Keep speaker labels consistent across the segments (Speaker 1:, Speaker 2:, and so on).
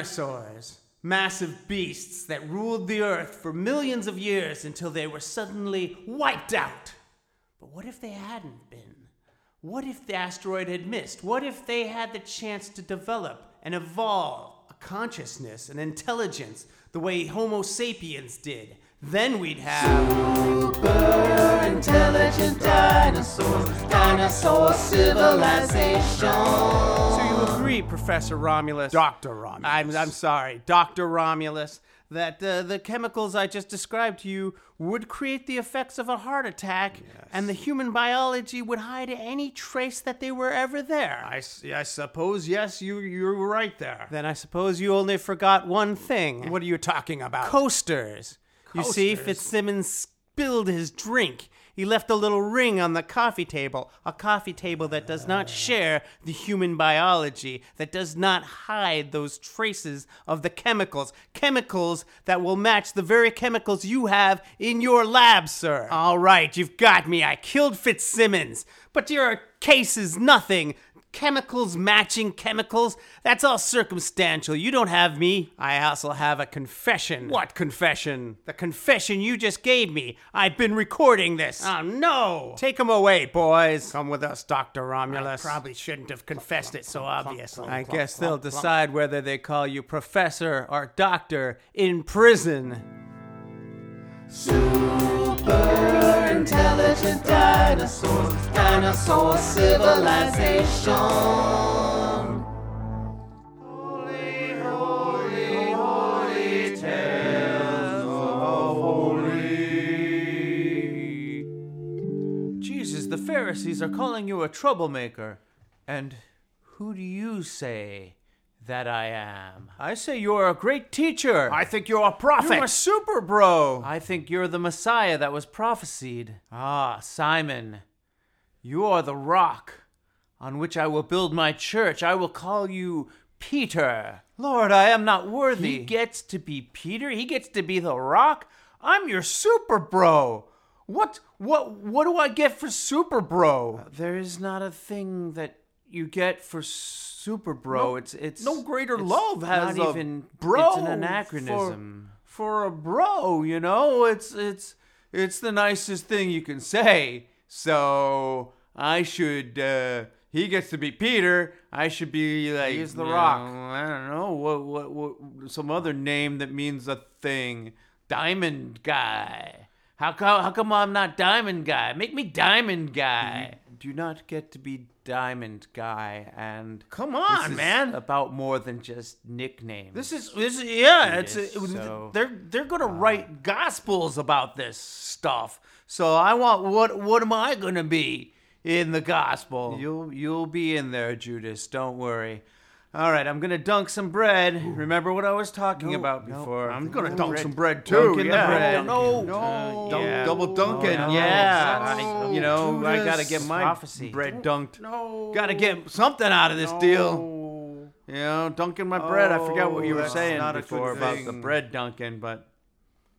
Speaker 1: Dinosaurs, massive beasts that ruled the earth for millions of years until they were suddenly wiped out. But what if they hadn't been? What if the asteroid had missed? What if they had the chance to develop and evolve a consciousness, an intelligence, the way Homo sapiens did? Then we'd have.
Speaker 2: Super intelligent dinosaurs, dinosaur civilization.
Speaker 1: So you agree, Professor Romulus?
Speaker 3: Dr. Romulus.
Speaker 1: I'm, I'm sorry, Dr. Romulus, that uh, the chemicals I just described to you would create the effects of a heart attack, and the human biology would hide any trace that they were ever there.
Speaker 3: I, s- I suppose, yes, you, you're right there.
Speaker 1: then I suppose you only forgot one thing.
Speaker 3: What are you talking about?
Speaker 1: coasters? You see,
Speaker 3: Coasters?
Speaker 1: Fitzsimmons spilled his drink. He left a little ring on the coffee table, a coffee table that does not share the human biology, that does not hide those traces of the chemicals, chemicals that will match the very chemicals you have in your lab, sir. All right, you've got me. I killed Fitzsimmons, but your case is nothing. Chemicals matching chemicals, that's all circumstantial. You don't have me. I also have a confession.
Speaker 3: What confession?
Speaker 1: The confession you just gave me. I've been recording this. Oh no! Take him away, boys. Come with us, Dr. Romulus. I probably shouldn't have confessed it so obviously. I guess they'll decide whether they call you professor or doctor in prison.
Speaker 2: Super intelligent dinosaurs, dinosaur civilization.
Speaker 4: Jesus, the Pharisees are calling you a troublemaker. And who do you say that I am? I say you're a great teacher.
Speaker 3: I think you're a prophet.
Speaker 4: You're a super bro. I think you're the Messiah that was prophesied. Ah, Simon, you are the rock on which I will build my church. I will call you Peter. Lord, I am not worthy. He gets to be Peter. He gets to be the rock. I'm your super bro. What what what do I get for super bro? there is not a thing that you get for super bro. it's it's
Speaker 3: no greater
Speaker 4: it's
Speaker 3: love has
Speaker 4: not
Speaker 3: a
Speaker 4: even
Speaker 3: bro
Speaker 4: It's an
Speaker 3: for-
Speaker 4: anachronism for a bro, you know? It's it's it's the nicest thing you can say. So I should uh he gets to be Peter. I should be like
Speaker 3: He's the
Speaker 4: you
Speaker 3: Rock.
Speaker 4: know, I don't know what, what what some other name that means a thing. Diamond guy. How come how come I'm not diamond guy? Make me diamond guy. do not get to be diamond guy and
Speaker 3: Come
Speaker 4: this
Speaker 3: on,
Speaker 4: is
Speaker 3: man.
Speaker 4: About more than just nicknames.
Speaker 3: this is this is, yeah. It's
Speaker 4: is,
Speaker 3: it-
Speaker 4: so, uh,
Speaker 3: they're they're gonna write gospels about this stuff. So I want what what am I gonna be in the gospel?
Speaker 4: You'll you'll be in there, Judas. Don't worry. All right, I'm gonna dunk some bread. Remember what I was talking about before.
Speaker 3: I'm gonna dunk some bread too.
Speaker 4: Dunk in the
Speaker 3: yeah. Oh,
Speaker 4: bread.
Speaker 3: No, no,
Speaker 4: Uh,
Speaker 3: Dunk-
Speaker 4: yeah.
Speaker 3: double dunking.
Speaker 4: No,
Speaker 3: yeah, Oh,
Speaker 4: no.
Speaker 3: I- you know I gotta get my
Speaker 4: Prophecy.
Speaker 3: bread dunked. No, gotta get something out of this deal. You know, dunking my bread. I forgot what you were
Speaker 4: that's
Speaker 3: saying
Speaker 4: not a good
Speaker 3: before about the
Speaker 4: thing.
Speaker 3: bread dunking, but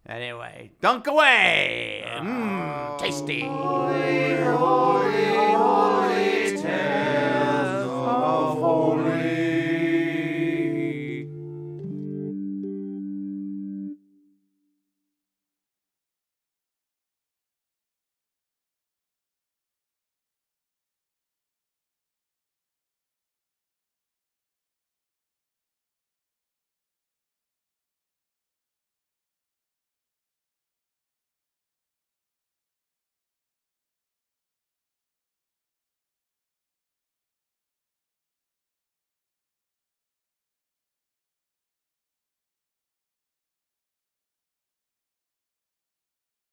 Speaker 4: Anyway,
Speaker 3: Ah. dunk away. Mmm, tasty.
Speaker 2: Holy,